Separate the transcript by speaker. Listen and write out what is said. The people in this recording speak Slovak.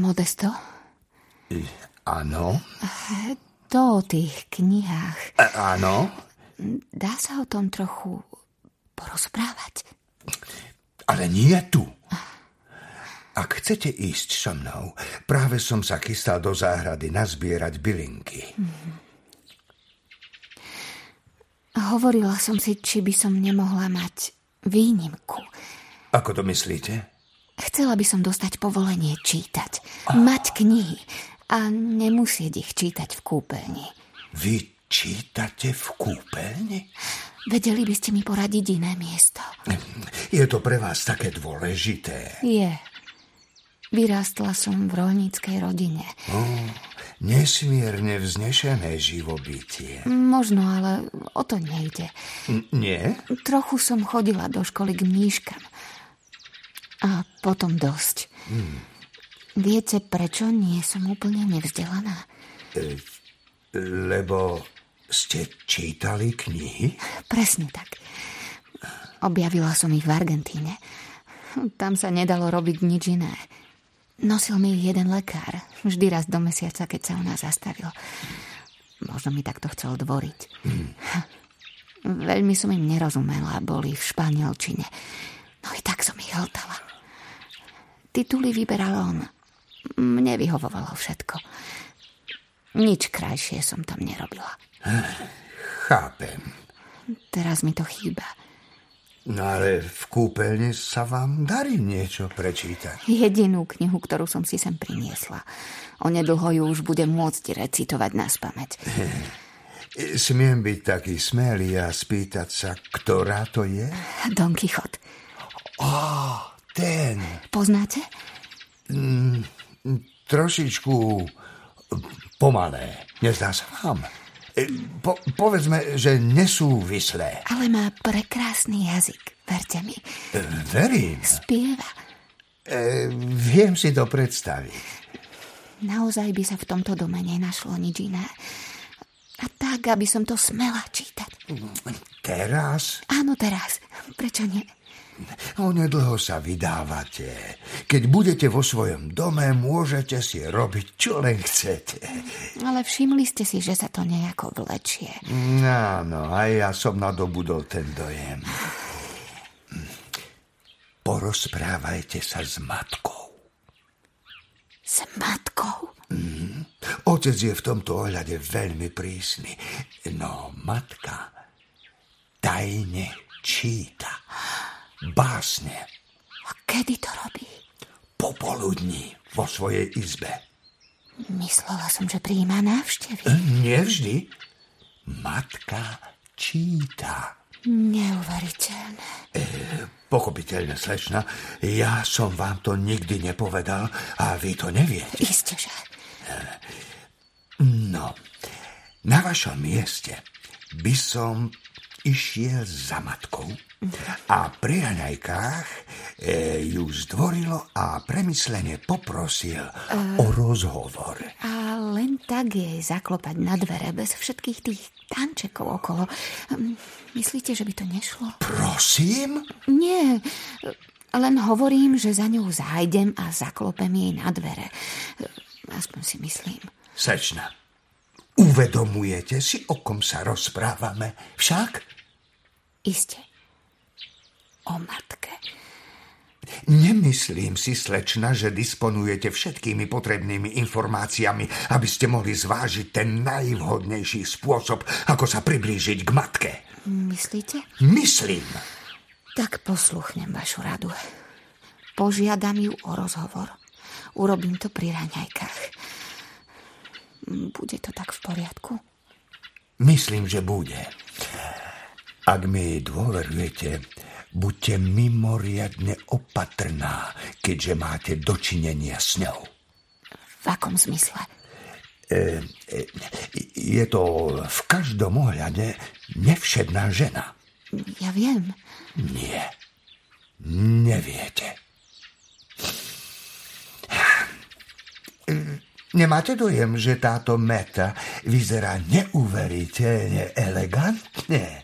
Speaker 1: Modesto?
Speaker 2: Áno,
Speaker 1: To o tých knihách.
Speaker 2: e, áno.
Speaker 1: Dá sa o tom trochu porozprávať?
Speaker 2: Ale nie tu. Ak chcete ísť so mnou, práve som sa chystal do záhrady nazbierať bylinky.
Speaker 1: Hovorila som si, či by som nemohla mať výnimku.
Speaker 2: Ako to myslíte?
Speaker 1: Chcela by som dostať povolenie čítať, mať knihy a nemusieť ich čítať v kúpeľni.
Speaker 2: Vy čítate v kúpeľni?
Speaker 1: Vedeli by ste mi poradiť iné miesto?
Speaker 2: Je to pre vás také dôležité.
Speaker 1: Je. Vyrástla som v rolníckej rodine.
Speaker 2: Nesmierne vznešené živobytie.
Speaker 1: Možno, ale o to nejde.
Speaker 2: N- nie?
Speaker 1: Trochu som chodila do školy k mníškam. A potom dosť. Viete, prečo nie som úplne nevzdelaná?
Speaker 2: Lebo ste čítali knihy?
Speaker 1: Presne tak. Objavila som ich v Argentíne. Tam sa nedalo robiť nič iné. Nosil mi ich jeden lekár, vždy raz do mesiaca, keď sa u nás zastavil. Možno mi takto chcel dvoriť. Veľmi som im nerozumela, boli v španielčine. No i tak som ich hltala. Tituly vyberal on. Mne vyhovovalo všetko. Nič krajšie som tam nerobila.
Speaker 2: Chápem.
Speaker 1: Teraz mi to chýba.
Speaker 2: No ale v kúpeľni sa vám darí niečo prečítať.
Speaker 1: Jedinú knihu, ktorú som si sem priniesla. Onedlho ju už budem môcť recitovať na spameť.
Speaker 2: E, Smiem byť taký smelý a spýtať sa, ktorá to je?
Speaker 1: Don Quixote.
Speaker 2: Ten
Speaker 1: Poznáte?
Speaker 2: trošičku e, pomalé. Nezdá sa vám? E, Po, povedzme, že nesúvislé.
Speaker 1: Ale má prekrásny jazyk, verte mi.
Speaker 2: E, Verím.
Speaker 1: Spieva.
Speaker 2: E, Viem si to predstaviť.
Speaker 1: Naozaj by sa v tomto dome nenašlo nič iné. A tak, aby som to smela čítať.
Speaker 2: Teraz
Speaker 1: Áno, teraz. Prečo nie?
Speaker 2: Onedlho sa vydávate. Keď budete vo svojom dome, môžete si robiť, čo len chcete.
Speaker 1: Ale všimli ste si, že sa to nejako vlečie.
Speaker 2: Áno, No, aj ja som nadobudol ten dojem. Porozprávajte sa s matkou.
Speaker 1: S matkou.
Speaker 2: Otec je v tomto ohľade veľmi prísny. No, matka tajne číta básne
Speaker 1: A kedy to robí?
Speaker 2: popoludní vo svojej izbe.
Speaker 1: Myslela som, že prijíma návštevy.
Speaker 2: Nevždy. Matka číta.
Speaker 1: Neuveriteľné.
Speaker 2: Pochopiteľne, slečna, ja som vám to nikdy nepovedal a vy to neviete.
Speaker 1: Isté, že.
Speaker 2: No, na vašom mieste by som išiel za matkou a pri raňajkách e, ju zdvorilo a premyslene poprosil o rozhovor.
Speaker 1: A len tak jej zaklopať na dvere bez všetkých tých tančekov okolo. Hm, Myslíte, že by to nešlo?
Speaker 2: Prosím?
Speaker 1: Nie, len hovorím, že za ňou zájdem a zaklopem jej na dvere. Aspoň si myslím.
Speaker 2: Sečna, uvedomujete si, o kom sa rozprávame, však?
Speaker 1: Isté. O matke.
Speaker 2: Nemyslím si, slečna, že disponujete všetkými potrebnými informáciami, aby ste mohli zvážiť ten najvhodnejší spôsob, ako sa priblížiť k matke.
Speaker 1: Myslíte?
Speaker 2: Myslím.
Speaker 1: Tak posluchnem vašu radu. Požiadam ju o rozhovor. Urobím to pri raňajkách. Bude to tak v poriadku?
Speaker 2: Myslím, že bude. Ak mi dôverujete, buďte mimoriadne opatrná, keďže máte dočinenia s ňou. E,
Speaker 1: V akom zmysle?
Speaker 2: Je to v každom ohľade nevšedná žena.
Speaker 1: Ja viem.
Speaker 2: Nie. Neviete. Nemáte dojem, že táto meta vyzerá neuveriteľne elegantne?